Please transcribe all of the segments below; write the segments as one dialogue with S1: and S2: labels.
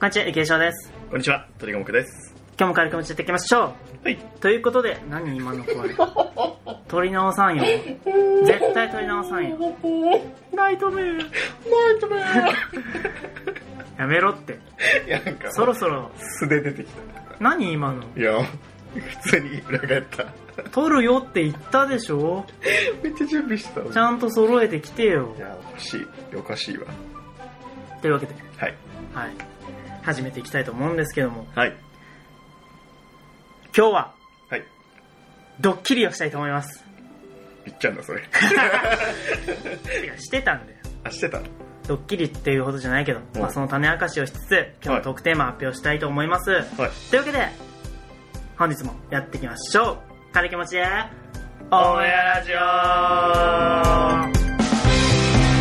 S1: こんにちは、池井翔です。
S2: こんにちは、鳥がもくです。
S1: 今日も軽く持ちやっていきましょ
S2: はい。
S1: う。ということで、何今の声。 撮り直さんよ。絶対撮り直さんよ。ナイトメール。やめろって。
S2: いや、なんか、
S1: そろそろ、
S2: 素で出てきた。
S1: 何今の。
S2: いや、普通に裏返った。
S1: 撮るよって言ったでしょ
S2: めっちゃ準備したのに
S1: ちゃんと揃えてきてよ
S2: い。や、欲しい。おかしいわ。
S1: というわけで、
S2: はい。
S1: はい。始めていきたいと思うんですけども、
S2: はい。
S1: 今日は、
S2: はい。
S1: ドッキリをしたいと思います。
S2: 言っちゃうんだ、それ。
S1: てかしてたんだよ。
S2: あ、してた。
S1: ドッキリっていうほどじゃないけど、
S2: うん
S1: まあ、その種明かしをしつつ、今日のトークテーマ発表したいと思います。
S2: はい。
S1: というわけで、本日もやっていきましょう。軽い気持ちで、オンエアラジオ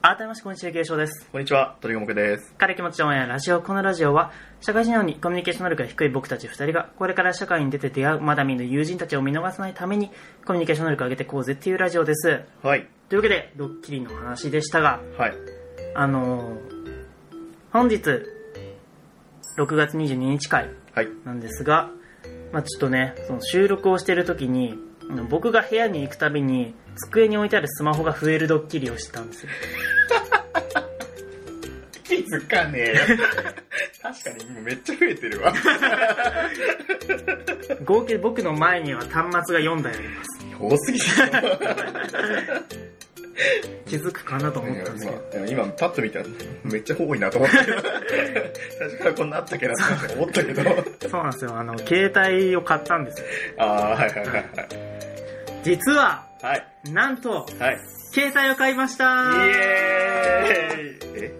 S1: 改めまして、こんにちは、慶翔です。
S2: こんにちは、鳥がもくです。
S1: 彼気持ちオンエアラジオこのラジオは社会人なのにコミュニケーション能力が低い僕たち2人がこれから社会に出て出会うまだ見ぬ友人たちを見逃さないためにコミュニケーション能力を上げてこうぜっていうラジオです
S2: はい。
S1: というわけでドッキリの話でしたが
S2: はい。
S1: あのー、本日6月22日会
S2: はい。
S1: なんですが、まあ、ちょっとねその収録をしてる時にあの僕が部屋に行くたびに机に置いてあるスマホが増えるドッキリをしてたんですよ
S2: 気づかねえよ。確かに、もうめっちゃ増えてるわ。
S1: 合計僕の前には端末が4台あります
S2: 多すぎてる。
S1: 気づくかなと
S2: い
S1: 思っ
S2: や
S1: たんですけど、
S2: 今、今パッと見たら、めっちゃ多いなと 思って。最初からこんなあったっけなって思ったけど。
S1: そうなんですよあの携帯を買ったんですよ
S2: ああ、はいはいはいはい。
S1: 実は
S2: はい。
S1: なんと
S2: はい。
S1: 携帯を買いました
S2: イエーイえ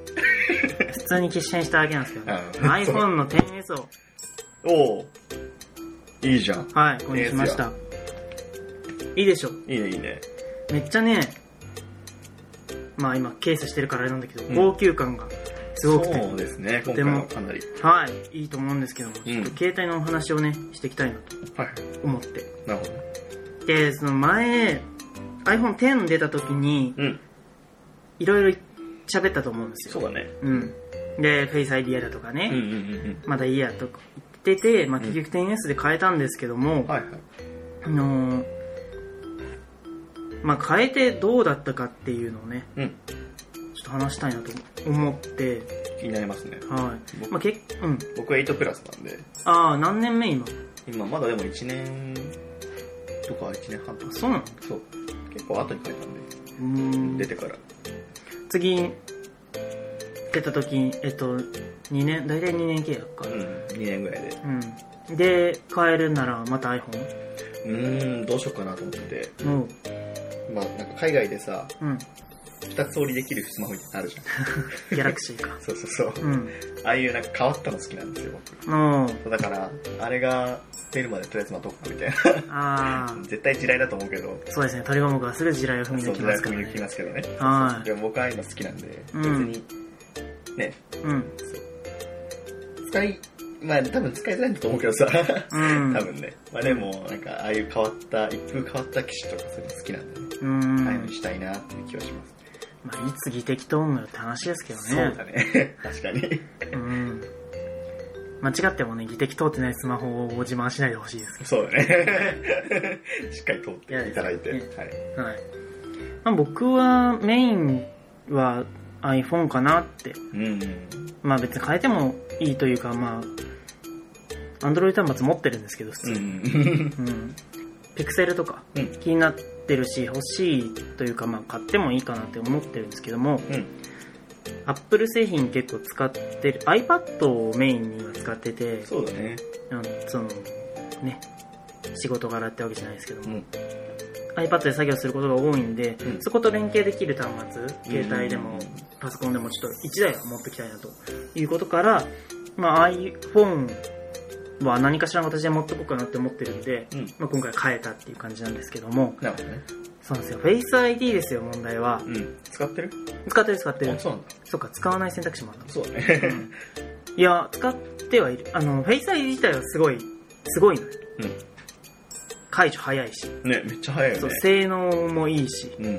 S1: 普通に決心しただけなんですけど、ね、
S2: うん
S1: iPhone の 10S を
S2: おーいいじゃん。
S1: はい購入しましたいいでしょ
S2: いいね、いいね。
S1: めっちゃねまあ今ケースしてるからあれなんだけど、
S2: うん
S1: 高級感がすごくて
S2: そうですね、今
S1: て
S2: 回
S1: も
S2: はかなり。
S1: はいいいと思うんですけども、
S2: うん
S1: ちょっと携帯のお話をねしていきたいなと
S2: はい。
S1: 思って
S2: なるほど。
S1: でその前 iPhone X 出た時に
S2: うん。
S1: いろいろ喋ったと思うんですよ
S2: そうだね。
S1: うん、で、フェイス ID だとか
S2: うん
S1: ね、
S2: うんうん
S1: まだいいやとか言ってて、まあ、結局 10S で変えたんですけども、
S2: うん。はいはい。
S1: あのーまあ、変えてどうだったかっていうのをね、
S2: うん。
S1: ちょっと話したいなと思って、
S2: 気になりますね。
S1: はい。まあ、けうん。
S2: 僕は8プラスなんで、
S1: ああ、何年目今
S2: 今まだでも1年とか1年半とか。
S1: そうなの
S2: そう。結構後に書いたんで、
S1: うーん
S2: 出てから。
S1: 次、出た時に、えっと、2年、大体2年契約か
S2: うん。。2年ぐらいで。
S1: うん。で、変えるならまた iPhone?
S2: うーん、どうしようかなと思ってて。
S1: もう、
S2: まあなんか海外でさ、
S1: うん。
S2: 二つ折りできるスマホみたいなのあるじゃん。。
S1: ギャラクシーか
S2: そうそうそう。
S1: うん。
S2: ああいうなんか変わったの好きなんですよ、僕。
S1: の
S2: そうだから、あれが出るまでとりあえず待とうかみたい
S1: ああ
S2: な。。絶対地雷だと思うけど、
S1: そうですね、鳥が僕はすぐ地雷を踏み
S2: そう
S1: 抜
S2: 地
S1: きま
S2: 雷
S1: すから
S2: 踏み抜き
S1: ね。
S2: ますけどね。
S1: は
S2: でも僕は今好きなんで、別
S1: うん
S2: に、ね、
S1: い。うん。
S2: 使い、まあ多分使いづらいんだと思うけどさ、
S1: う
S2: 多
S1: ん。
S2: 分ね。まあでも、なんかああいう変わった、一風変わった機種とかそういうの好きなんで、ね、
S1: うん。
S2: あ
S1: ま
S2: あいうのにしたいなっていう気はします。
S1: あ、いつ技的とんのよって話ですけど
S2: そう
S1: ね。
S2: だね。 確かに。
S1: うん。間違ってもね、技的通ってないスマホを自慢しないでほしいですけ
S2: そうだね。 しっかり通っていただいて。
S1: いや
S2: はい。
S1: ど。はい。まあ僕はメインは iPhone かなって。
S2: うん。
S1: まあ別に変えてもいいというか、まあ、Android 端末持ってるんですけど、普
S2: う
S1: 通。
S2: ん。
S1: うん。ピクセルとか
S2: うん
S1: 気になってるし、欲しいというか、まあ買ってもいいかなって思ってるんですけども、
S2: うん。
S1: アップル製品結構使ってる iPad をメインには使ってて
S2: そうだね。
S1: あのそのね仕事柄ってわけじゃないですけど
S2: う
S1: も、
S2: ん。
S1: iPad で作業することが多いんで、
S2: うん
S1: そこと連携できる端末携帯で
S2: う
S1: も
S2: ん
S1: パソコンでもちょっと1台は持ってきたいなということから、まあ、iPhone は何かしらの形で持ってこうかなって思ってるんで、
S2: うん。
S1: まあ、今回変えたっていう感じなんですけども
S2: なるほどね。
S1: そうなんですよ Face ID ですよ問題は
S2: うん。使ってる
S1: 使ってる使ってる
S2: あそうなんだ。
S1: そっか使わない選択肢もあるの
S2: そうだね。
S1: うんいや、使ってはいる。あの、フェイス ID 自体はすごい、すごいのよ解除早いし、
S2: うん。ね、めっちゃ早いよ
S1: そう
S2: ね。
S1: 性能もいいし、
S2: うん。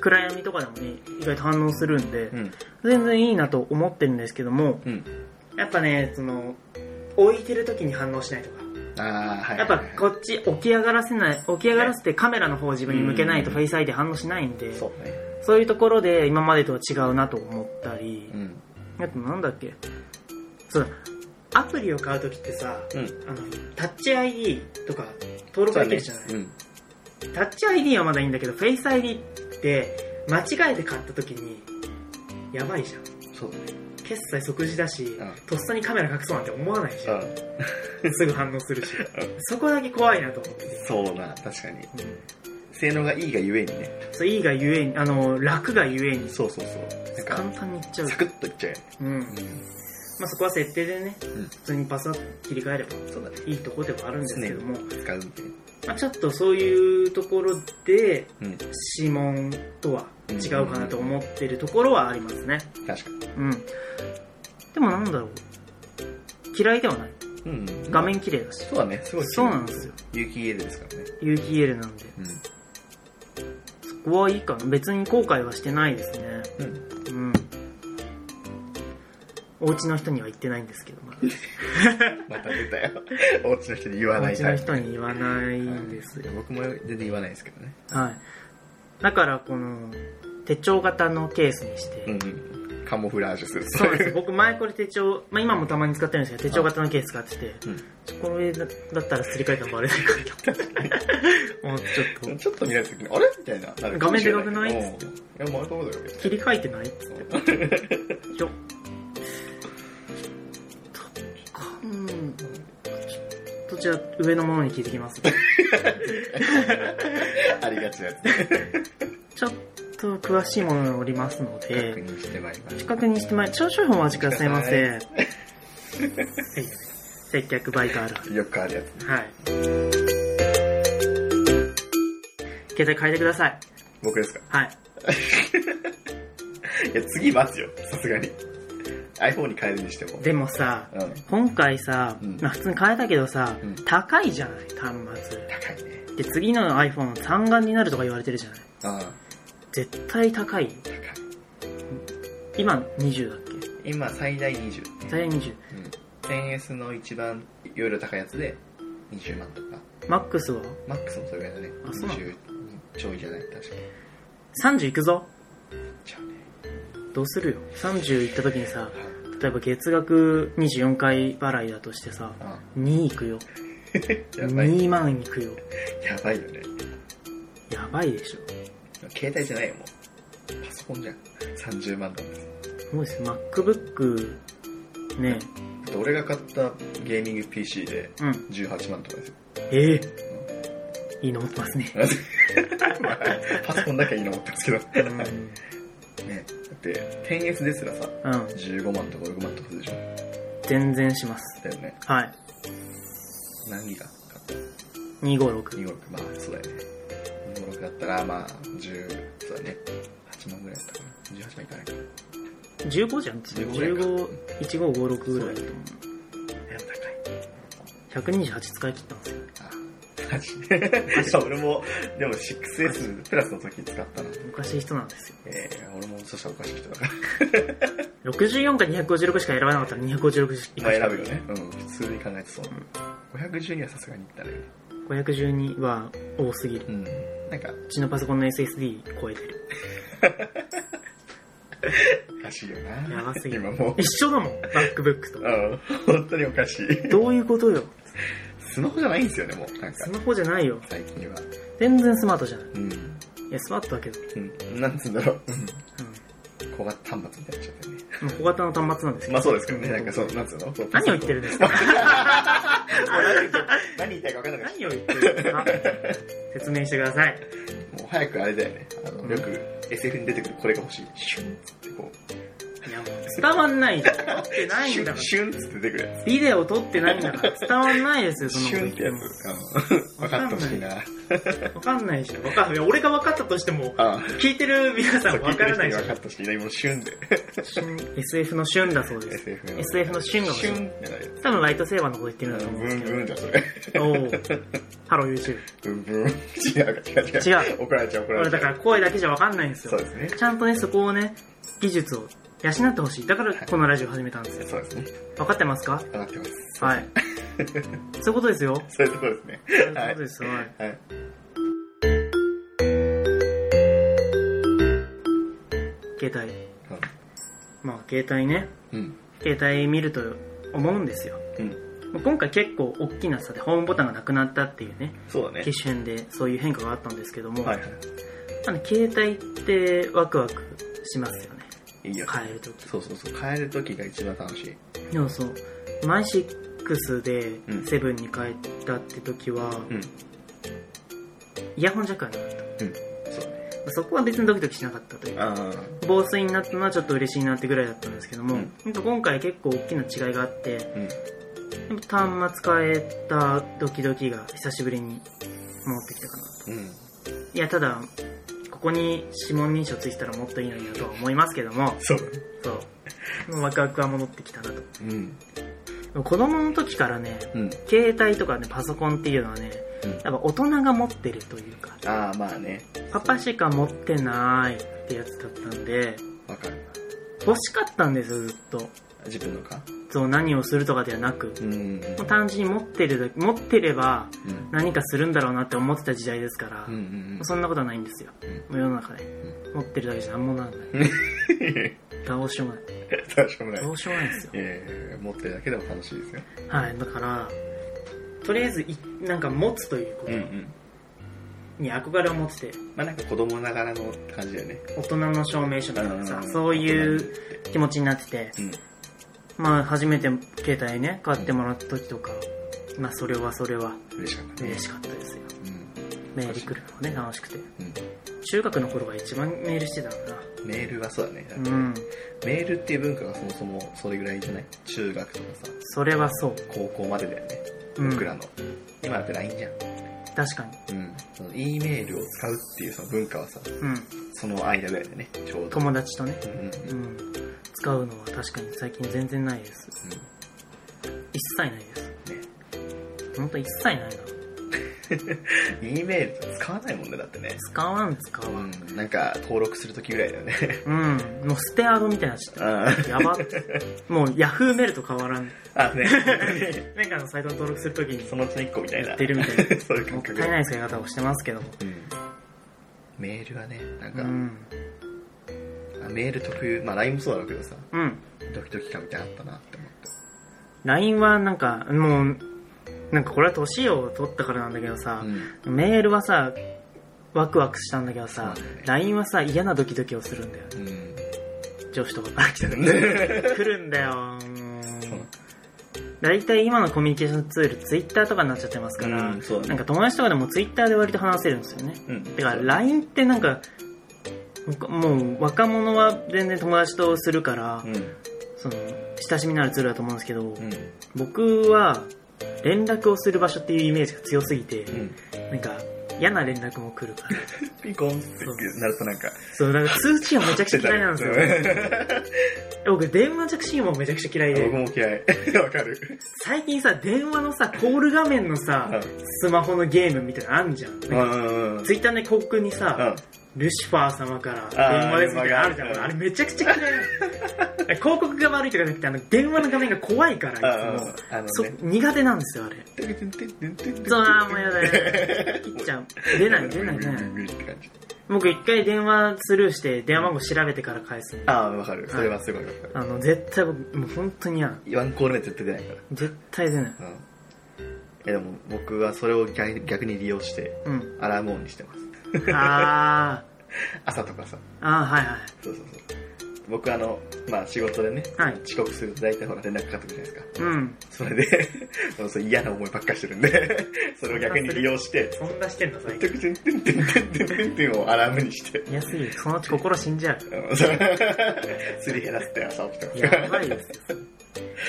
S1: 暗闇とかでもね、意外と反応するんで、
S2: うん。
S1: 全然いいなと思ってるんですけども、
S2: うん。
S1: やっぱね、その、置いてる時に反応しないとか、
S2: ああ、はい。
S1: やっぱこっち起き上がらせない、起き上がらせてカメラの方を自分に向けないと
S2: うん
S1: フェイス ID 反応しないんで、
S2: そうね。
S1: そういうところで今までとは違うなと思ったり
S2: う、ん。
S1: あとなんだっけ、そうだ、アプリを買う時ってさ、
S2: うん。
S1: あの、タッチ ID とか登録できるじゃない、
S2: うん。
S1: タッチ ID はまだいいんだけど、フェイス ID って間違えて買った時に、やばいじゃん。
S2: そうだね。
S1: 決済即時だし、
S2: ん
S1: とっさにカメラ隠そうなんて思わないじゃん。
S2: う
S1: すぐ反応するし
S2: ん。
S1: そこだけ怖いなと思ってて。
S2: ん。そうな、確かに。性能がいいがゆえにね。
S1: そういいがゆえに、あの、楽がゆえに、
S2: そうそうそう。なん
S1: 簡
S2: か、
S1: 単にいっちゃう
S2: サ。クッといっちゃうよね。
S1: うん。まあそこは設定でね、
S2: うん
S1: 普通にパスワード切り替えれば
S2: そうだね。
S1: いいとこではあるんですけども、
S2: 使うみたいな。
S1: まあちょっとそういうところで、
S2: うん。
S1: 指紋とは違うかなと思ってるところはありますね。
S2: 確かに。
S1: うん。でもなんだろう。嫌いではない。
S2: うん。
S1: 画面綺麗だし。
S2: そうだね。すごい。
S1: そうなんですよ。
S2: 有機 EL ですからね。
S1: 有機 EL なんで。そこはいいかな。別に後悔はしてないですね。
S2: うん。うん。
S1: うん。お家の人には言ってないんですけど、まだ
S2: また出たよ。お家の人に言わ
S1: お
S2: ない
S1: 家の人に言わないんですよ。
S2: 僕も全然言わないですけどね。
S1: はい。だから、この、手帳型のケースにして、
S2: うん。カモフラージュする。
S1: そうなんですよ。僕前これ手帳、まあ今もたまに使ってるんですけど、手帳型のケース使ってて、
S2: うん
S1: これだだったらすり替えてもバレないか なもうちょっ
S2: ちょっと見られた時に、あれみたいな。なるかもしれ
S1: 画面でか
S2: うんいや、もうあれと思うだよ。
S1: と、切り替えてないっつって。 よっ。とかん、ちょっとじゃあ上のものに聞いてきます。
S2: ありがちなやつ。
S1: ちょっと詳しいものがおりますの
S2: 確
S1: で、
S2: 認してまいりました。
S1: 確認してまいり、少々お待ちくださいませ。 はい。接客バイトあるある。
S2: よくあるやつ。
S1: はい。携帯変えてください。
S2: 僕ですか
S1: はい。
S2: いや、次待つよ。さすがに。iPhone に変えるにしても。
S1: でもさ、
S2: うん。
S1: 今回さ、
S2: うん
S1: まあ普通に変えたけどさ、
S2: うん
S1: 高いじゃない、端末。
S2: 高いね。
S1: で、次の iPhone 単眼になるとか言われてるじゃない。
S2: ああ、
S1: 絶対高い。
S2: 高い。
S1: 今20だっけ
S2: 今、最大20。
S1: 最大20。
S2: うん。10S の一番、いろいろ高いやつで、20万とか。
S1: マックスは
S2: マックスもそれぐらいだね。
S1: あそうなの
S2: 20ちょいじゃない確かに。
S1: 30いくぞ。
S2: ちゃうね。
S1: どうするよ。30いった時にさ、例えば月額24回払いだとしてさ、
S2: あ
S1: 2いくよ。
S2: あやばい。
S1: 2万いくよ。
S2: やばいよね。
S1: やばいでしょ。
S2: 携帯じゃないよ、もう。パソコンじゃん。30万なんです。
S1: そうですね MacBook ね
S2: だって俺が買ったゲーミング PC で
S1: うん
S2: 18万とかですよ。
S1: ええいいの持ってますね
S2: まあパソコンだけはいいの思ったんですけど。
S1: うん、うん、
S2: ね。だって、10S ですらさ、15万とか6万とかするでしょ。
S1: 全然します
S2: だよね。
S1: はい
S2: 何が買った
S1: 256
S2: ?256。まあ、そうだよね。256だったら、まあ、10、そうだね。8万ぐらいだったかな。18万いかないか。
S1: 15じゃん15 151556ぐらいだと思
S2: いや、高い。
S1: う128使い切ったんですよ
S2: あ、マ ジ。いや俺も、でも 6S プラスの時使ったな。
S1: おかしい人なんですよ
S2: えー、俺もそしたらおかしい人だから。
S1: 64か256しか選ばなかったら256し
S2: ま
S1: か
S2: あ選ぶよね。うん、普通に考えてそう。512はさすがにいったね。
S1: 512は多すぎる
S2: うん。なんか、
S1: うちのパソコンの SSD 超えてる
S2: おかしいよな。
S1: やばすぎる
S2: 今もう。
S1: 一緒だもん MacBook と
S2: うん、本当におかしい。
S1: どういうことよ
S2: スマホじゃないんですよね、もう。なんか
S1: ス、マホじゃないよ
S2: 最近は。
S1: 全然スマートじゃない
S2: う
S1: い
S2: ん。
S1: やスマートだけど
S2: うん。なんつうんだろう。
S1: うん
S2: 小型端末みたいになっちゃったよね。
S1: まあ小型の端末なんですけど
S2: まあそうですけどね、なんかそう、なんつうのそう
S1: 何を言ってるんですか
S2: 何言いたいか分かんなかっ
S1: 何を言ってるんですか説明してください。
S2: た。もう早くあれだよね。あ
S1: う
S2: の、
S1: ん
S2: よく SF に出てくるこれが欲しい。シュンっつってこう。
S1: いやもう伝わんないじゃん。撮ってないんだから。
S2: シュンシュンって出てくるや
S1: ビデオ撮ってないんだから伝わんないですよ、
S2: つ。
S1: その
S2: シ
S1: こと
S2: ュン
S1: 言
S2: っ
S1: って
S2: や
S1: て
S2: つ。
S1: も。
S2: うん。分かってほしいな。
S1: わかんないでしょ。わかんない。俺が分かったとしても、
S2: あ
S1: 聞いてる皆さん分からないでし
S2: 分かったし、今もシュンで。
S1: ょ。SF の旬だそうです。
S2: SF の。
S1: SF の旬が欲し
S2: シ
S1: い
S2: ュンってなるや
S1: 多分ライトセーバーのこと言ってるんだ
S2: つ。
S1: と思うん
S2: ブ
S1: です
S2: ン
S1: け
S2: ブ
S1: ど。おお。
S2: ンじゃん、それ。
S1: ハロー YouTube。
S2: ブンブン。違う、違う、違う。怒られちゃう、怒
S1: 俺
S2: られち
S1: だ
S2: ゃ
S1: か
S2: う。
S1: ら声だけじゃ分かんないんです
S2: そう
S1: よ。
S2: ですね。
S1: ちゃんとね、そこをね、技術を養ってほしい。だからこのラジオ始めたんですよ。
S2: そうですね。
S1: 分かってますか
S2: 分かってます。
S1: はい。そういうことですよ。
S2: そういうところで す
S1: そうい
S2: ね。
S1: うこ
S2: は
S1: とです。はい。
S2: い。はい。
S1: 携帯。まあ、携帯ね。
S2: うん。
S1: 携帯見ると思うんですよ。
S2: うん。
S1: 今回結構大きな差でホームボタンがなくなったっていうね、
S2: そうだね
S1: 機。種変でそういう変化があったんですけども、
S2: はいは
S1: あの携帯ってワクワクしますよね。
S2: い。いいよ。
S1: 変えるとき。
S2: そうそうそう。変えるときが一番楽しい。
S1: でもそう、マイシックスで
S2: うん
S1: セブンに変えたって時は、
S2: うん。
S1: イヤホンジャックがなかっ
S2: そうだね。
S1: た。そこは別にドキドキしなかったというか、
S2: ああ。
S1: 防水になったのはちょっと嬉しいなってぐらいだったんですけども、
S2: うん
S1: ほんと今回結構大きな違いがあって、
S2: うん。
S1: 端末変えたドキドキが久しぶりに戻ってきたかなと。
S2: うん。
S1: いや、ただ、ここに指紋認証ついてたらもっといいのになとは思いますけども、
S2: そうだね。
S1: そう。もうワクワクは戻ってきたなと。で
S2: うん。
S1: も子供の時からね、
S2: うん。
S1: 携帯とかね、パソコンっていうのはね、
S2: うん
S1: やっぱ大人が持ってるというか、
S2: ああ、まあね。
S1: パパしか持ってないってやつだったんで、
S2: わかる。
S1: 欲しかったんですよ、ずっと。
S2: 自分のか
S1: そう、何をするとかではなく、
S2: うん。うん。
S1: もう単純に持ってるだけ、持ってれば
S2: うん。
S1: 何かするんだろうなって思ってた時代ですから、
S2: うん。うん。
S1: そんなことはないんですよ。もう世の中で。持ってるだけじゃ何もなんない。 どうしようもない。
S2: 大丈夫ない
S1: ど。うしようもないですよ。
S2: えー、持ってるだけでも楽しいですよ。
S1: はい、だから、とりあえずい、なんか持つというこ
S2: うんうん。
S1: とに憧れを持ってて、
S2: まあなんか子供ながらの感じだよね。
S1: 大人の証明書とか
S2: う
S1: さ、
S2: ん
S1: そういう気持ちになってて、
S2: うん。
S1: まあ初めて携帯ね、買ってもらった時とか、まあそれはそれは
S2: 嬉しかったね。
S1: 嬉しかったですよ。
S2: うん。
S1: メール来るのがね、楽しくて。
S2: うん。
S1: 中学の頃が一番メールしてたのか
S2: メールはそうだね。
S1: な。うん。
S2: メールっていう文化がそもそもそれぐらいじゃない中学とかさ、
S1: それはそう。
S2: 高校までだよね。
S1: うん
S2: 僕らの。今だって LINE じゃん。
S1: 確かに。
S2: うん。その E メールを使うっていうその文化はさ、
S1: うん。
S2: その間だよね、ちょうど。
S1: 友達とね。
S2: うんうん
S1: う
S2: うん
S1: ん。使うのは確かに最近全然ないです。一切ないです。ほんと一切ないな。
S2: ね。E メールとか使わないもんね、だってね。
S1: 使わん、使わん。
S2: うん。なんか登録するときぐらいだよね。
S1: うん。もうステアードみたいになっちゃっ
S2: あ
S1: た。やば っ。もうヤフーメールと変わら ん。
S2: あ、ね。
S1: なんかのサイトに登録するときに、
S2: そのうちの1個みたいな。
S1: やってるみたいな
S2: そういう
S1: も
S2: 感
S1: った
S2: 覚
S1: いない使い方をしてますけども。
S2: うんメールはね、なん
S1: う
S2: か、
S1: ん。
S2: あメール特有、まあ LINE もそうだろうけどさ、
S1: うん。
S2: ドキドキ感みたいなのあったなって思った。
S1: LINE はなんか、もう、なんかこれは年を取ったからなんだけどさ、
S2: うん
S1: メールはさ、ワクワクしたんだけど
S2: そうな
S1: さ
S2: んだよね、
S1: LINE はさ、嫌なドキドキをするんだよ。
S2: うん。
S1: 上司とかから来 た時来る んだよ。も
S2: そう
S1: う大体今のコミュニケーションツール、ツイッターとかになっちゃってますから、
S2: うんそうだね
S1: なんか友達とかでもツイッターで割と話せるんですよね。
S2: うん。
S1: だから LINE ってなんか、もう若者は全然友達とするから、
S2: うん。
S1: その親しみのあるツールだと思うんですけど、
S2: うん。
S1: 僕は連絡をする場所っていうイメージが強すぎて、
S2: うん。
S1: なんか嫌な連絡も来るから、
S2: ピンコンってなるとなんか、
S1: そうなんか通知がめちゃくちゃ嫌いなんですよ。
S2: よ。
S1: 僕電話着信音もめちゃくちゃ嫌い
S2: 僕
S1: で、
S2: も嫌い。 わかる。
S1: 最近さ、電話のさ、コール画面のさ、スマホのゲームみたいなのあんじゃん。
S2: うんうんうん。
S1: ツイッターの広告にさ、
S2: うん。
S1: ルシファー様から電話ですみたいなのあるじゃ
S2: あー
S1: ん。あれめちゃくちゃ嫌いなの広告が悪いとかじゃなくて、あの、電話の画面が怖いか
S2: あ
S1: ら、いつも。
S2: あの
S1: そう
S2: ね。、
S1: 苦手なんですよ、あれ。そう、あーもうやだ やだ。切っちゃう。出ない、出ない、出ない。僕一回電話スルーして、電話番号調べてから返すんで。
S2: ああ、わかる。それはすごいわかる。
S1: あの、絶対僕、もう本当に嫌なの。
S2: ワンコール目絶対出ないか
S1: 絶対出ない。
S2: ら。うん。え、でも僕はそれを逆逆に利用して、
S1: うん。
S2: アラーム音にしてます。
S1: あー、
S2: 朝とかさ。
S1: あー、はいはい。
S2: そうそうそう。僕あの、まあ仕事でね、
S1: はい
S2: 遅刻すると大体ほら連絡かかってくるじゃないですか。
S1: うん。
S2: それで、 そうそう嫌な思いばっかりしてるんで、 それを逆に利用して、
S1: そんなしてんの、最
S2: て
S1: 近。
S2: くてんてんてんてんてんてんてんをアラームにして、
S1: いやすぎる。そのうち心死んじゃう。
S2: うんそうすり減らすって朝起きてますから
S1: やばいですよ。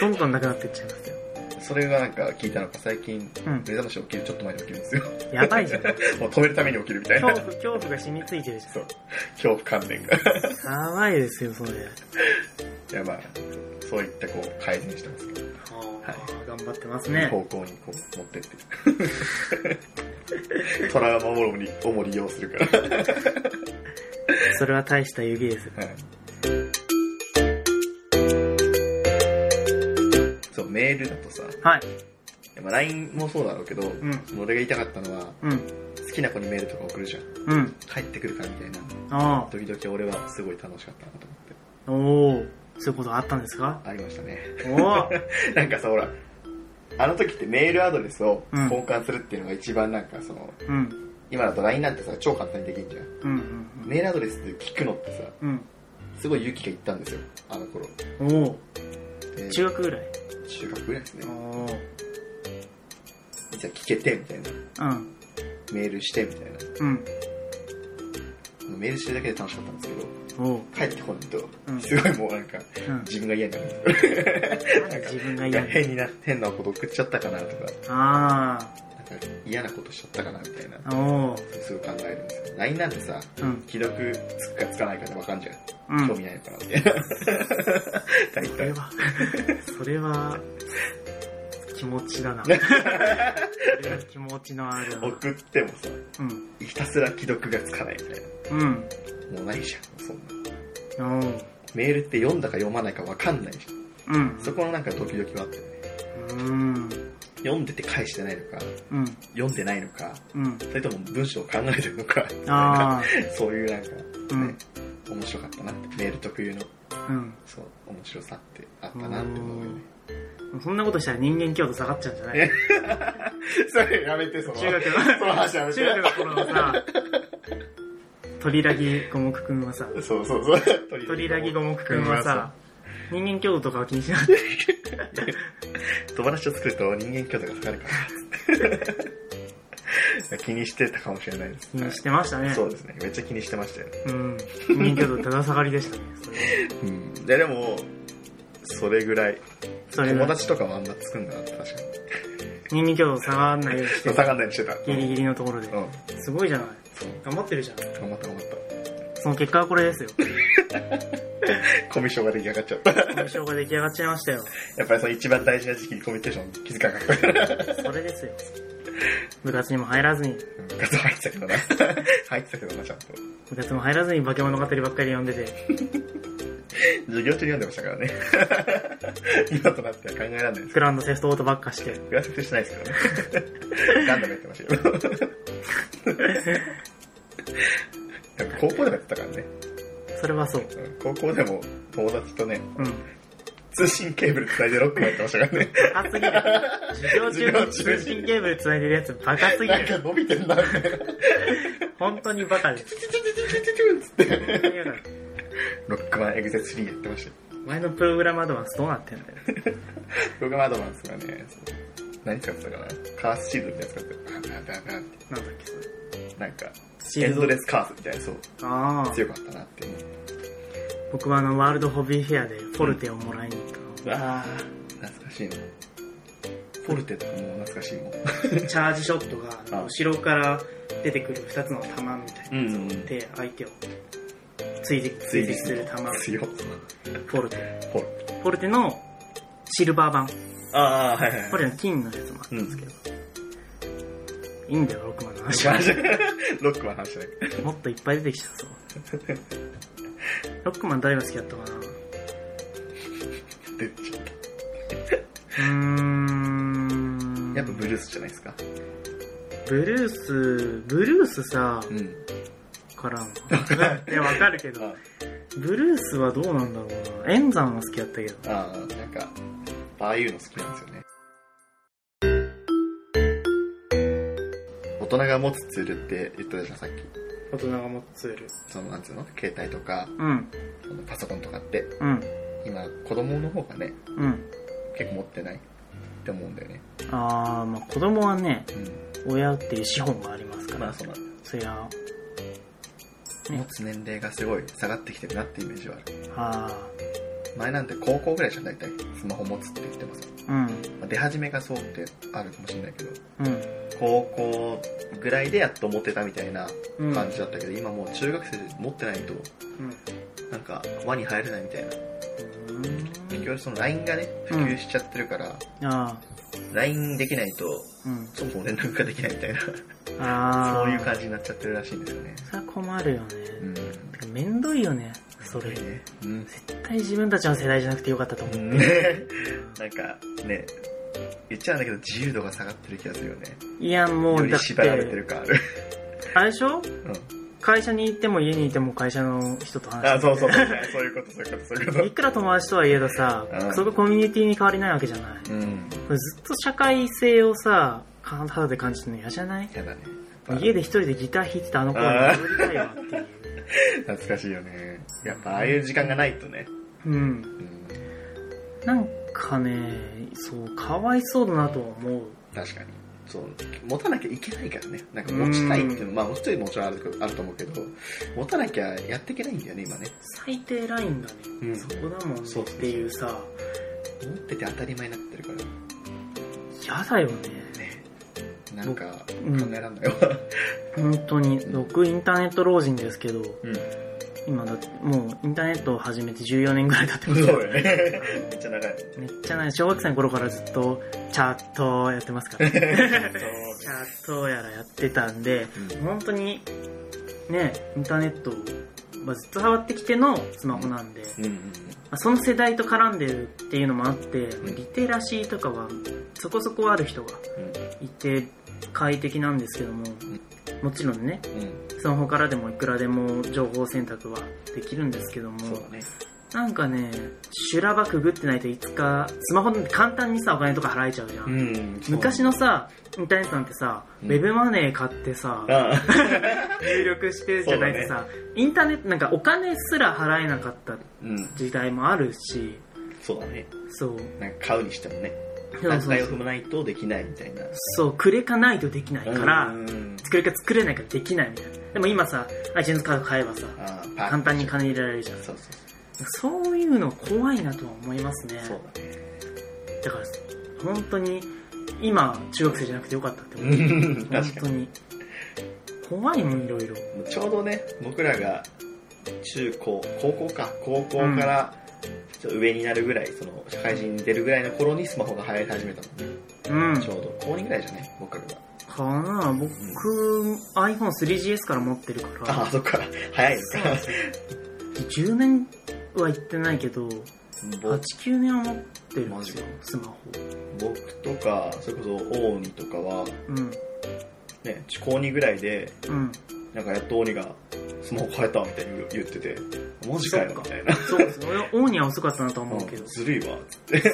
S1: どんどんなくなってっちゃいますよ。
S2: それがなんか聞いたのか最近、
S1: うん
S2: 目覚まし起きるちょっと前に起きるんですよ。
S1: やばいじ ゃん。
S2: もう止めるために起きるみたい
S1: 恐
S2: な。
S1: 怖、恐怖が染みついてるじ
S2: そう。 恐怖観念が。い
S1: ゃん。やばいですよ、それ。
S2: やまあ、そういったこう改善してますけど、
S1: はい、頑張ってます
S2: いい
S1: ね。
S2: 方向にこう持って ってる。トラウマをもにをも利用するから。
S1: それは大した遊戯です。
S2: はい そう、メールだとさ、
S1: はい。
S2: まあ、LINE もそうだろうけど、
S1: ん
S2: 俺が言いたかったのは、
S1: うん。
S2: 好きな子にメールとか送るじゃん。
S1: うん。
S2: 帰ってくるかみたいな。
S1: あ
S2: 時々俺はすごい楽しかったなと思っ
S1: あ。お
S2: て。
S1: お。そういうことあったんですか
S2: ありましたね。
S1: おお。
S2: なんかさ、ほら、あの時ってメールアドレスを
S1: うん
S2: 交換するっていうのが一番なんかその、
S1: うん。
S2: 今だと LINE なんてさ、超簡単にできるじゃん。
S1: うん。うん
S2: メールアドレスって聞くのってさ、
S1: うん。
S2: すごい勇気がいったんですよ、あの頃。
S1: うん。おお。
S2: で
S1: 中学ぐらい。
S2: 中学ぐらいですね
S1: お。お。
S2: じゃあ聞けて、みたいな。
S1: うん。
S2: メールして、みたいな。
S1: うん。
S2: メールしてるだけで楽しかったんですけど、
S1: おお。
S2: 帰ってこないと
S1: うん、
S2: すごいもうなんか、
S1: うん。
S2: 自分が嫌になる。
S1: なんで自分が
S2: な
S1: 嫌
S2: んか
S1: に
S2: 変にな、変なこと送っちゃったかなとか、
S1: あ
S2: なんか嫌なことしちゃったかなみたいな、
S1: あ。おお。
S2: すごい考えるんですよ。LINE なんてさ、
S1: うん。
S2: 既読つくかつかないかでわかんじゃん。
S1: う
S2: 興味
S1: ん。
S2: ないのかなみたいな。 大
S1: それ
S2: 体。
S1: は、それは、気持ちだな。それは気持ちのあるな。
S2: 送ってもさ、
S1: うん。
S2: ひたすら既読がつかないみたい
S1: うん。
S2: な。もうないじゃん、そんな。
S1: おお。
S2: メールって読んだか読まないかわかんないじ
S1: うん
S2: ゃん。。そこのなんかドキドキはあってね。
S1: うん。
S2: 読んでて返してないのか、
S1: うん。
S2: 読んでないのか、
S1: うん。
S2: それとも文章を考えてるのか、
S1: ああ。
S2: そういうなんか、
S1: うん
S2: ね、面白かったなって、メール特有の、
S1: うん。
S2: そう、面白さってあった なって思うよね。
S1: そんなことしたら人間強度下がっちゃうんじゃない
S2: えそれやめて、その、
S1: 中学
S2: そ
S1: の、
S2: の話やめて
S1: 中。学の頃のさ、鳥ラギ五目くんはさ、
S2: そうそうそう。
S1: 鳥ラギ五目くんはさ、人間強度とかは気にしなかった。
S2: 友達を作ると人間強度が下がる から。気にしてたかもしれないです。
S1: 気にしてましたね。
S2: そうですね。めっちゃ気にしてましたよね。
S1: うん。人間強度ただ下がりでしたね。それ
S2: うん。いやでも、それぐらい。
S1: それぐら
S2: 友
S1: い
S2: 達とかはあんま作んなかった、確か
S1: 人間強度下がらないようにして
S2: に。下、がんないようにしてた。
S1: ギリギリのところで
S2: う。ん。うん
S1: すごいじゃない。
S2: そう。
S1: 頑張ってるじゃん。
S2: 頑張った頑張っ
S1: その結果はこれですよ。
S2: た。コミュ障が出来上がっちゃった。
S1: コミュ障が出来上がっちゃいましたよ。
S2: やっぱりその一番大事な時期にコミュニケーション気づかなか った。
S1: それですよ。部活にも入らずに、
S2: 部活入ってたけどな。 入ってたけどな、ちゃんと。
S1: 部活も入らずに化け物語ばっかり読んでて、
S2: 授業中に読んでましたからね。 今となっては考えられないです
S1: グランドセフトオートばっかして。
S2: 言わせてしないですけどね。 ガンダムやってましたよ。でも 高校でもやってたからね。
S1: それはそう。
S2: うん高校でも友達とね、
S1: うん。
S2: 通信ケーブル繋いでロックやってましたからね。
S1: バカすぎる。授業中に通信ケーブル繋いでるやつバカすぎ
S2: なん
S1: る。
S2: か伸びてんな、みたいな。
S1: 本当にバカです。
S2: つって。
S1: 本当にバカです
S2: ロックマンエグゼ3やってましたよ。
S1: お前のプログラムアドバンスどうなってんだよ。
S2: ロックマンアドバンスがね、そう何使ってたかなカースシールドみたいなの使ってた、バンバンバンバンっ
S1: なんだっけ、それ。
S2: て。なんか、
S1: シ
S2: エ
S1: ー
S2: ン
S1: ル
S2: ド
S1: ド
S2: レスカースみたいな、そう、
S1: ああ。
S2: 強かったなって思って。
S1: 僕はあの、ワールドホビーフェアでフォルテをもらいに行ったの。
S2: ああ、懐かしいな。フォルテとかもう懐かしいもん。
S1: チャージショットが、
S2: あ
S1: 後ろから出てくる2つの弾みたいなやつを
S2: うんうんうん
S1: で、相手を追撃、追撃する弾、
S2: 強。
S1: フォルテ。
S2: フォルテ。
S1: フォルテのシルバー版。
S2: ああ、はいはい
S1: フォルテの金のやつもあったんですけど。いいんだよ、6万の 話は。
S2: ロックマンの話じゃない。
S1: もっといっぱい出てきちゃう、そう。ロックマン誰が好きだったかなう
S2: 出てきちゃっ
S1: ーん。
S2: たやっぱブルースじゃないですか。
S1: ブルース、ブルースさ、
S2: ん。
S1: から んわ。いや、わかるけど。
S2: あ
S1: ブルースはどうなんだろうな。演算は好きだったけど。
S2: あー、なんか、ああいうの好きなんですよね。大人が持つツールって言ったじゃん、さっき。
S1: 大人が持つツール。
S2: そのなんつうの携帯とか
S1: うん、
S2: そのパソコンとかって
S1: うん、
S2: 今子供の方がね
S1: うん。
S2: 結構持ってないって思うんだよね
S1: あー、まあ子供はね、
S2: う
S1: 親っていう資本がありますか
S2: ま
S1: ら、
S2: あその
S1: そりゃ、
S2: 持つ年齢がすごい下がってきてるなってイメージはある
S1: あ
S2: 前なんて高校ぐらいじゃん大体スマホ持つって言ってます、
S1: ー、うん、
S2: まあ、出始めがそうってあるかもしれないけど
S1: うん、
S2: 高校ぐらいでやっと持ってたみたいな
S1: うん。
S2: 感じだったけど、今もう中学生で持ってないと
S1: うん。
S2: なんか輪に入れないみたいな結
S1: うん
S2: 局その LINE がね普及しちゃってるから、
S1: あ
S2: LINE できないと
S1: ー、うん。
S2: そもそも連絡ができないみたいな
S1: あー、
S2: そういう感じになっちゃってるらしいんですよね
S1: それは困るよね。
S2: うん
S1: てかめんどいよね、それ。
S2: ねうん
S1: 絶対自分たちの世代じゃなくてよかったと思う。
S2: ねなんかね言っちゃうんだけど自由度が下がってる気がするよね
S1: いや、もう、
S2: よ
S1: だ
S2: り
S1: っ
S2: 縛られて
S1: て、
S2: る感ある
S1: あれでしょ
S2: うん
S1: 会社に行っても家にいても会社の人と話
S2: あ
S1: す。
S2: そうそうそうそういうことそういうことそういう
S1: い
S2: こ
S1: くら友達とはいえどさ
S2: う、ん
S1: そこコミュニティに変わりないわけじゃない。
S2: とうん
S1: ずっと社会性をさ、か肌で感じてるの嫌じゃない
S2: やだね
S1: 家で一人でギター弾いてたあの子に戻りたいわっていう。
S2: 懐かしいよねやっぱああいう時間がないとね
S1: うん。
S2: うん
S1: なんかね、そう、かわいそうだなとは思う。
S2: 確かにそう持たなきゃいけないからねなんか持ちたいっていうの
S1: う
S2: まあもちろんもちろんあるあると思うけど持たなきゃやっていけないんだよね今ね
S1: 最低ラインがね、
S2: うん
S1: そこだもんね
S2: そうそうそう
S1: っていうさ、
S2: 持ってて当たり前になってるから
S1: 嫌だよね。
S2: ねなんか考
S1: うん
S2: えらんないわ
S1: 本当に、僕インターネット老人ですけど、
S2: うん
S1: 今だってもうインターネットを始めて14年ぐらい経ってます
S2: そう
S1: よ
S2: よね めっちゃ長い
S1: めっちゃない、小学生の頃からずっとチャットやってます から、チ
S2: そう
S1: ャットやらやってたんで、本当にね、インターネットを、まあ、ずっと触ってきてのスマホなんで、
S2: うんうん
S1: まあその世代と絡んでるっていうのもあって、
S2: ん
S1: リテラシーとかはそこそこある人がいて快適なんですけども、もちろんね、
S2: うんうん
S1: スマホからでもいくらでも情報選択はできるんですけども、
S2: そうだね
S1: なんかね、修羅場くぐってないといつか、スマホなんて簡単にさ、お金とか払えちゃうじゃん。
S2: ん
S1: 昔のさ、インターネットなんてさ、
S2: うん
S1: ウェブマネー買ってさ、
S2: ああ
S1: 入力してじゃないとさ、インターネットなんかお金すら払えなかった
S2: うん
S1: 時代もあるし、
S2: そうだね
S1: そう。
S2: なんか買うにしてもね
S1: そう
S2: 段
S1: そう
S2: 階を
S1: そう
S2: 踏まないとできないみたいな
S1: そう、くれかないとできないから、
S2: うん
S1: 作れか作れないからできないみたいな。でも今さ、iTunes カード買えばさ、
S2: ああ
S1: 簡単に金入れられるじゃん。
S2: そうそう
S1: そういうの怖いなとは思いますね。
S2: そうだね
S1: だから、本当に、今、中学生じゃなくてよかったって思う。
S2: うん
S1: 本
S2: 確
S1: 当
S2: か
S1: に。怖いもん、いろいろ。
S2: にちょうどね僕らが中高高校か高校からちょっと上になるぐらいその社会人に出るぐらいの頃にスマホが流行り始めたもん
S1: う
S2: ね
S1: ん。
S2: ちょうど高2ぐらいじゃね僕らが
S1: かな僕、iPhone3GS から持ってるか
S2: ああ
S1: ら。
S2: そっか早いの
S1: そうなん
S2: か
S1: ですよ。10年は行ってないけど、8
S2: ぼ、
S1: 9年は持ってるんですよ
S2: マジ、
S1: スマホ。
S2: 僕とかそれこそ大鬼とかは
S1: うん。
S2: ね高2ぐらいで
S1: うん。
S2: なんかやっと鬼がスマホ変えたみたいに言っててマジかよ
S1: そっ
S2: み
S1: か
S2: たいな
S1: そうですね。俺、オーニャは遅かったなとは思うけど。
S2: ずるいわつって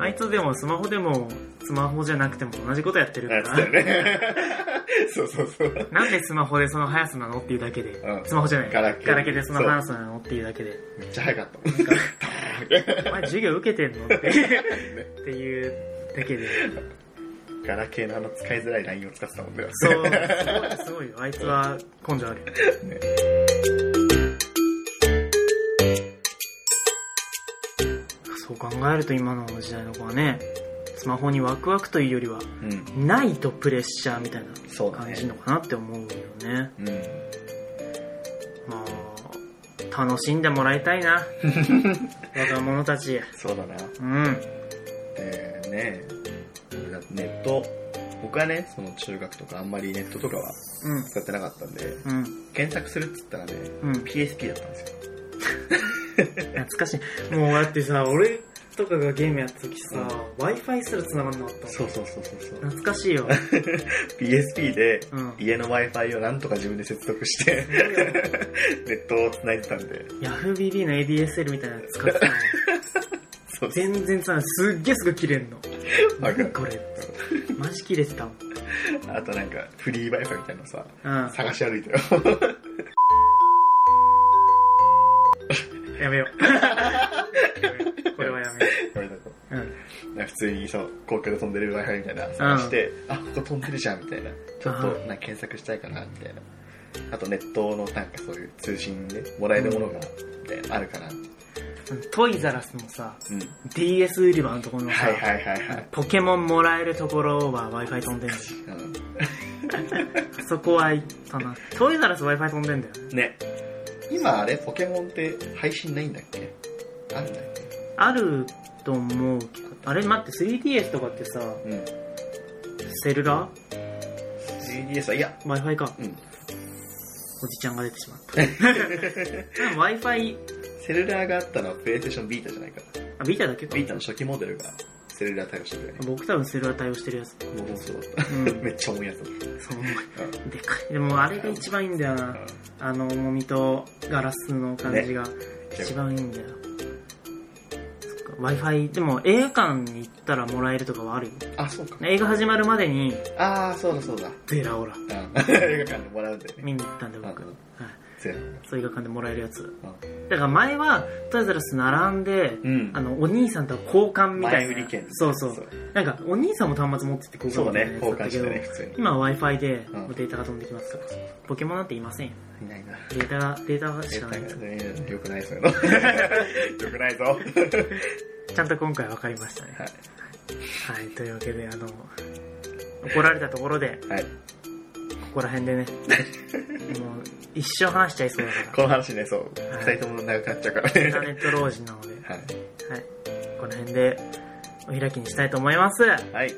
S1: あいつでもスマホでも、スマホじゃなくても同じことやってるか
S2: やつだよ
S1: ら。
S2: ね そうそうそう
S1: なんでスマホでその速さなのっていうだけで。
S2: うん
S1: スマホじゃない。
S2: ガラケー
S1: ガラケーでその速さなのっていうだけで。
S2: めっちゃ早かった
S1: お前授業受けてんのって。っていうだけで。
S2: ガラケーのあの使いづらい LINE を使ってたもんね。
S1: そう、すごい、すごいよ。あいつは根性ある。そう考えると今の時代の子はね、スマホにワクワクというよりは、
S2: うん。
S1: ないとプレッシャーみたい
S2: そう
S1: な
S2: だ
S1: 感
S2: ね
S1: じ。のかなって思うよね。
S2: うん。
S1: まあ、楽しんでもらいたい な。若者たち。
S2: そうだな。
S1: うん。
S2: で、ね、ネット、僕はね、その中学とかあんまりネットとかは
S1: うん。
S2: 使ってなかったんで、
S1: うん。
S2: 検索するっつったらね、
S1: うん。
S2: PSP だったんですよ。
S1: 懐かしい。もうだってさ、俺とかがゲームやった時さ、Wi-Fi すら繋がんなかったもん
S2: そうそうそうそう そう。
S1: 懐かしいよ。
S2: PSP で、
S1: うん。
S2: 家の Wi-Fi をなんとか自分で接続して、 ネットを繋いでたんで、
S1: YahooBB の ADSL みたいなの使ってたの。
S2: そうそう。
S1: 全然さ、すっげえすぐ切れんの。
S2: わかる
S1: これ。マジ切れてたもん。
S2: あとなんか、フリー Wi-Fi みたいなのさ、
S1: うん。
S2: 探し歩 いたよ。
S1: やめよう。やめようこれはやめよ
S2: 俺なんか
S1: う。うん。
S2: なんか普通にその公共で飛んでる Wi-Fi みたいな探して、あ、ここ飛んでるじゃんみたいな。ちょっと
S1: あー
S2: なんか検索したいかなみたいな。あとネットのなんかそういう通信でもらえるものが、みたいなあるかな。う
S1: トイザラスのさ、
S2: ん。
S1: DS 売り場のところのさ、
S2: はいはいはいはい。
S1: ポケモンもらえるところは Wi-Fi 飛んでんだよ。
S2: う
S1: あそこは行ったな。トイザらス Wi-Fi 飛んでんだよね。
S2: ん、ね。今あれ、ポケモンって配信ないんだっけあるんだっけ
S1: あると思うけど。あれ待って、3DS とかってさ、
S2: うん。
S1: セルラ
S2: 3DS は、いや、
S1: ー ?Wi-Fi か。
S2: うん。
S1: おじちゃんが出てしまった。Wi-Fi、
S2: セルラーがあったのは PlayStation Vita じゃないか。
S1: あ、ビータだけか。
S2: Vita の初期モデルがセルラー対応してるよね。
S1: 僕多分セルラー対応してるやつ。
S2: 僕もそうだった。
S1: うん
S2: めっちゃ重いやつだっ
S1: そう思う。
S2: た。うん
S1: でかい。でもあれが一番いいんだよな。あの重みとガラスの感じが一番いいんだよ。そっか Wi-Fi、でも映画館に行ったらもらえるとかはあるよ。
S2: あ、そうか。
S1: 映画始まるまでに、
S2: あー、そうだそうだ。
S1: ゼラオラ
S2: うん映画館でもらうんだよね。
S1: 見に行ったんで僕。
S2: う
S1: は
S2: ん
S1: い
S2: そうや
S1: そう映画館でもらえるやつ。
S2: な
S1: だから前は、トイザラス並んで、
S2: うん。
S1: あの、お兄さんと交換みたい
S2: 前売り券
S1: な。そうそう。。なんか、お兄さんも端末持ってって交換
S2: そう
S1: みたい
S2: ね、
S1: な
S2: 交
S1: やつだった
S2: 換
S1: け
S2: して
S1: ど、
S2: ね、普通に。
S1: 今は Wi-Fi で
S2: うん
S1: データが飛んできますから。ポケモンなんていませんよ。
S2: いないな。
S1: データ、データし
S2: 絶
S1: かな
S2: 対
S1: いから。
S2: ね、よ くないそういうの。よくないぞ。は
S1: ちゃんと今回分かりましたね。
S2: い。
S1: はい、というわけで、あの、怒られたところで、
S2: はい。
S1: ここら辺で ね、もう一生話しちゃいそうだ
S2: こ
S1: か
S2: の話ね、そう。
S1: はい
S2: 二人とも長くなっちゃうから
S1: ら、インター
S2: ね。
S1: ネット老人なので、はい、
S2: はい。
S1: この辺でお開きにしたいと思います。
S2: はい。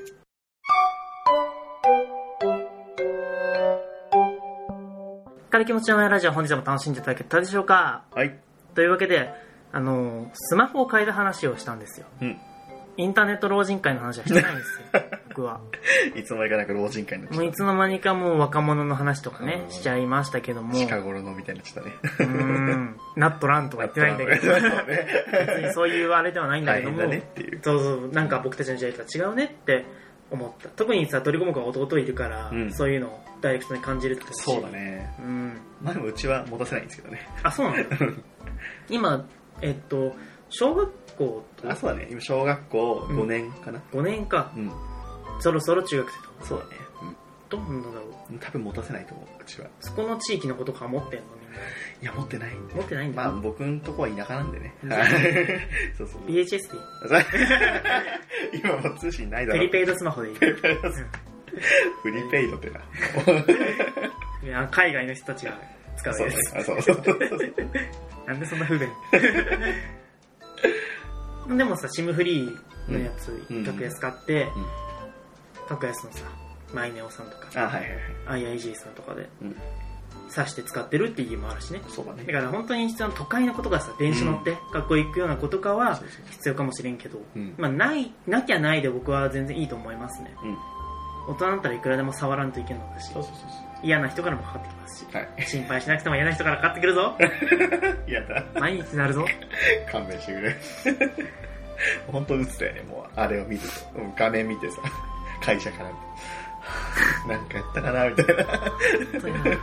S1: 軽気持ちのないラジオ、本日も楽しんでいただけたでしょうか
S2: はい。
S1: というわけで、あの、スマホを変えた話をしたんですよ。
S2: うん。
S1: インターネット老人会の話はしてないんです よ、僕は。
S2: いつの間にかなんか老人会になっ
S1: もうい
S2: ち
S1: つの間にかもう若者の話とかね
S2: う、ん
S1: しちゃいましたけども、
S2: ゃった。近頃のみたいになっちゃったね。
S1: うーん、ナットランとか言ってないんだけど。
S2: そう ね
S1: 別にそういうあれではないんだけ
S2: 大
S1: ど
S2: 変
S1: も、
S2: だねっていう。
S1: そうそう、なんか僕たちの時代とは違うねって思った。特にさ、取り込む子が弟いるから、
S2: うん
S1: そういうのをダイレクトに感じるってことだし
S2: そうだ。ね。
S1: うん。
S2: まあでもうちは持たせないんですけどね。
S1: あ、そうなんだ。 今、えっと、小学校と
S2: あ、そうだね。今小学校5年かな。
S1: 5年か、
S2: うん。
S1: そろそろ中学生
S2: そうだね。うん。
S1: と。どうなんだろう。
S2: 多分持たせないと思う、うちは。
S1: そこの地域のことか持ってんのみんない
S2: や、持ってないんで。
S1: 持ってないんだ。
S2: まあ、僕んとこは田舎なんでね
S1: う。ん
S2: はいそうそう。
S1: VHS でいい。
S2: 今もう通信ないだ
S1: プ
S2: ろ。
S1: リペイドスマホでいい。
S2: フリーペイドってな。
S1: いや海外の人たちが使う
S2: そう
S1: や
S2: ね
S1: つ。
S2: あそうそう そう。
S1: なんでそんな不 便でもさ、SIM フリーのやつ、
S2: うん
S1: 格安買って、
S2: うん
S1: 格安のさ、マイネオさんと
S2: あ、
S1: か、
S2: はいはいはい。
S1: IIG さんとかで
S2: うん、
S1: 挿して使ってるっていう家もあるしね。
S2: そうだね。
S1: だから本当に必要な都会のことがさ、電車乗って学校行くようなことかは
S2: そうそう
S1: 必要かもしれんけど、
S2: うん。
S1: まあない、なきゃないで僕は全然いいと思いますね。
S2: うん。
S1: 大人だったらいくらでも触らんといけんのだし
S2: そ、うそうそうそ
S1: 嫌な人からもかかってきますし、
S2: う。はい。
S1: 心配しなくても嫌な人からかかってくるぞ
S2: やだ。
S1: 毎日なるぞ
S2: 勘弁してくれ。 本当に映ったよね、もう。あれを見てさ。うん画面見てさ。会社から見て。 なんかやったかなみたいな。
S1: 本当になる
S2: や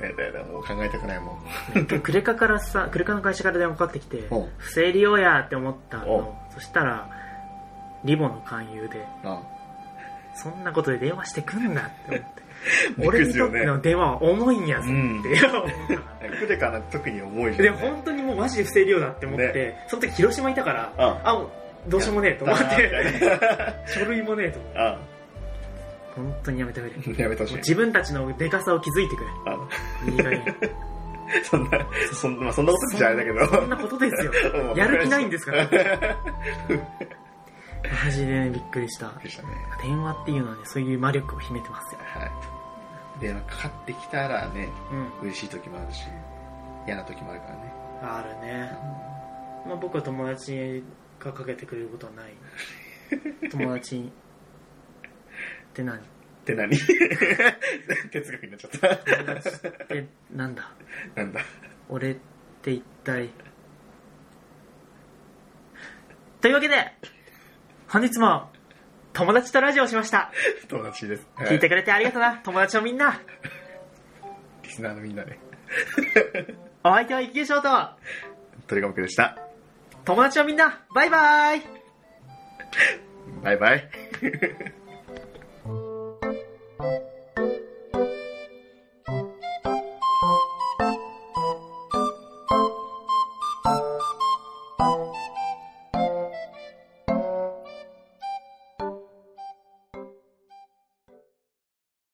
S2: だやだやだ、もう考えたくないもん。
S1: クレカからさ、クレカの会社から電話かかってきて
S2: おう、
S1: 不正利用やって思ったの
S2: お。
S1: そしたら、リボの勧誘で、
S2: あ
S1: そんなことで電話してくんなって思って。
S2: びっく
S1: 俺
S2: り
S1: に
S2: する
S1: と
S2: よ
S1: っ
S2: ね
S1: ての電話は重いんやぞ
S2: うん
S1: って思 った。
S2: クレカなんて特に重いじ
S1: で、
S2: ゃん。
S1: 本当にもうマジで不正利用だって思って、その時広島いたから、
S2: あ
S1: あ、もうどうしようもねえと思っ
S2: あ
S1: て、
S2: みたいな
S1: 書類もねえと思って。
S2: あ
S1: 本当 にやめてくれ。も
S2: やめてほし
S1: う
S2: い。
S1: 自分たちのデカさを気づいてくれ。
S2: あ
S1: いい加減
S2: そんな、そんな、まあ、そんなことじゃあれだけ
S1: そんな
S2: ど。。
S1: ことですよ やる気ないんですから。
S2: ら。
S1: マジでね、びっくりした。
S2: でしたね。
S1: 電話っていうのはね、そういう魔力を秘めてますよ。
S2: はい。電話かかってきたらね、
S1: うん。
S2: 嬉しい時もあるし、嫌な時もあるからね。
S1: あるね。まあ僕は友達がかけてくれることはない。友達って何
S2: って何 哲学になっちゃっ
S1: 友達ってなんだ
S2: た。なんだ。
S1: 俺って一体。というわけで、本日も友達とラジオをしました。
S2: 友達です。
S1: 聞いてくれてありがとな、友達のみんな。
S2: リスナーのみんなね。
S1: お相手は池江翔と、
S2: 鳥がくでした。
S1: 友達のみんな、バイバーイ
S2: バイバイ。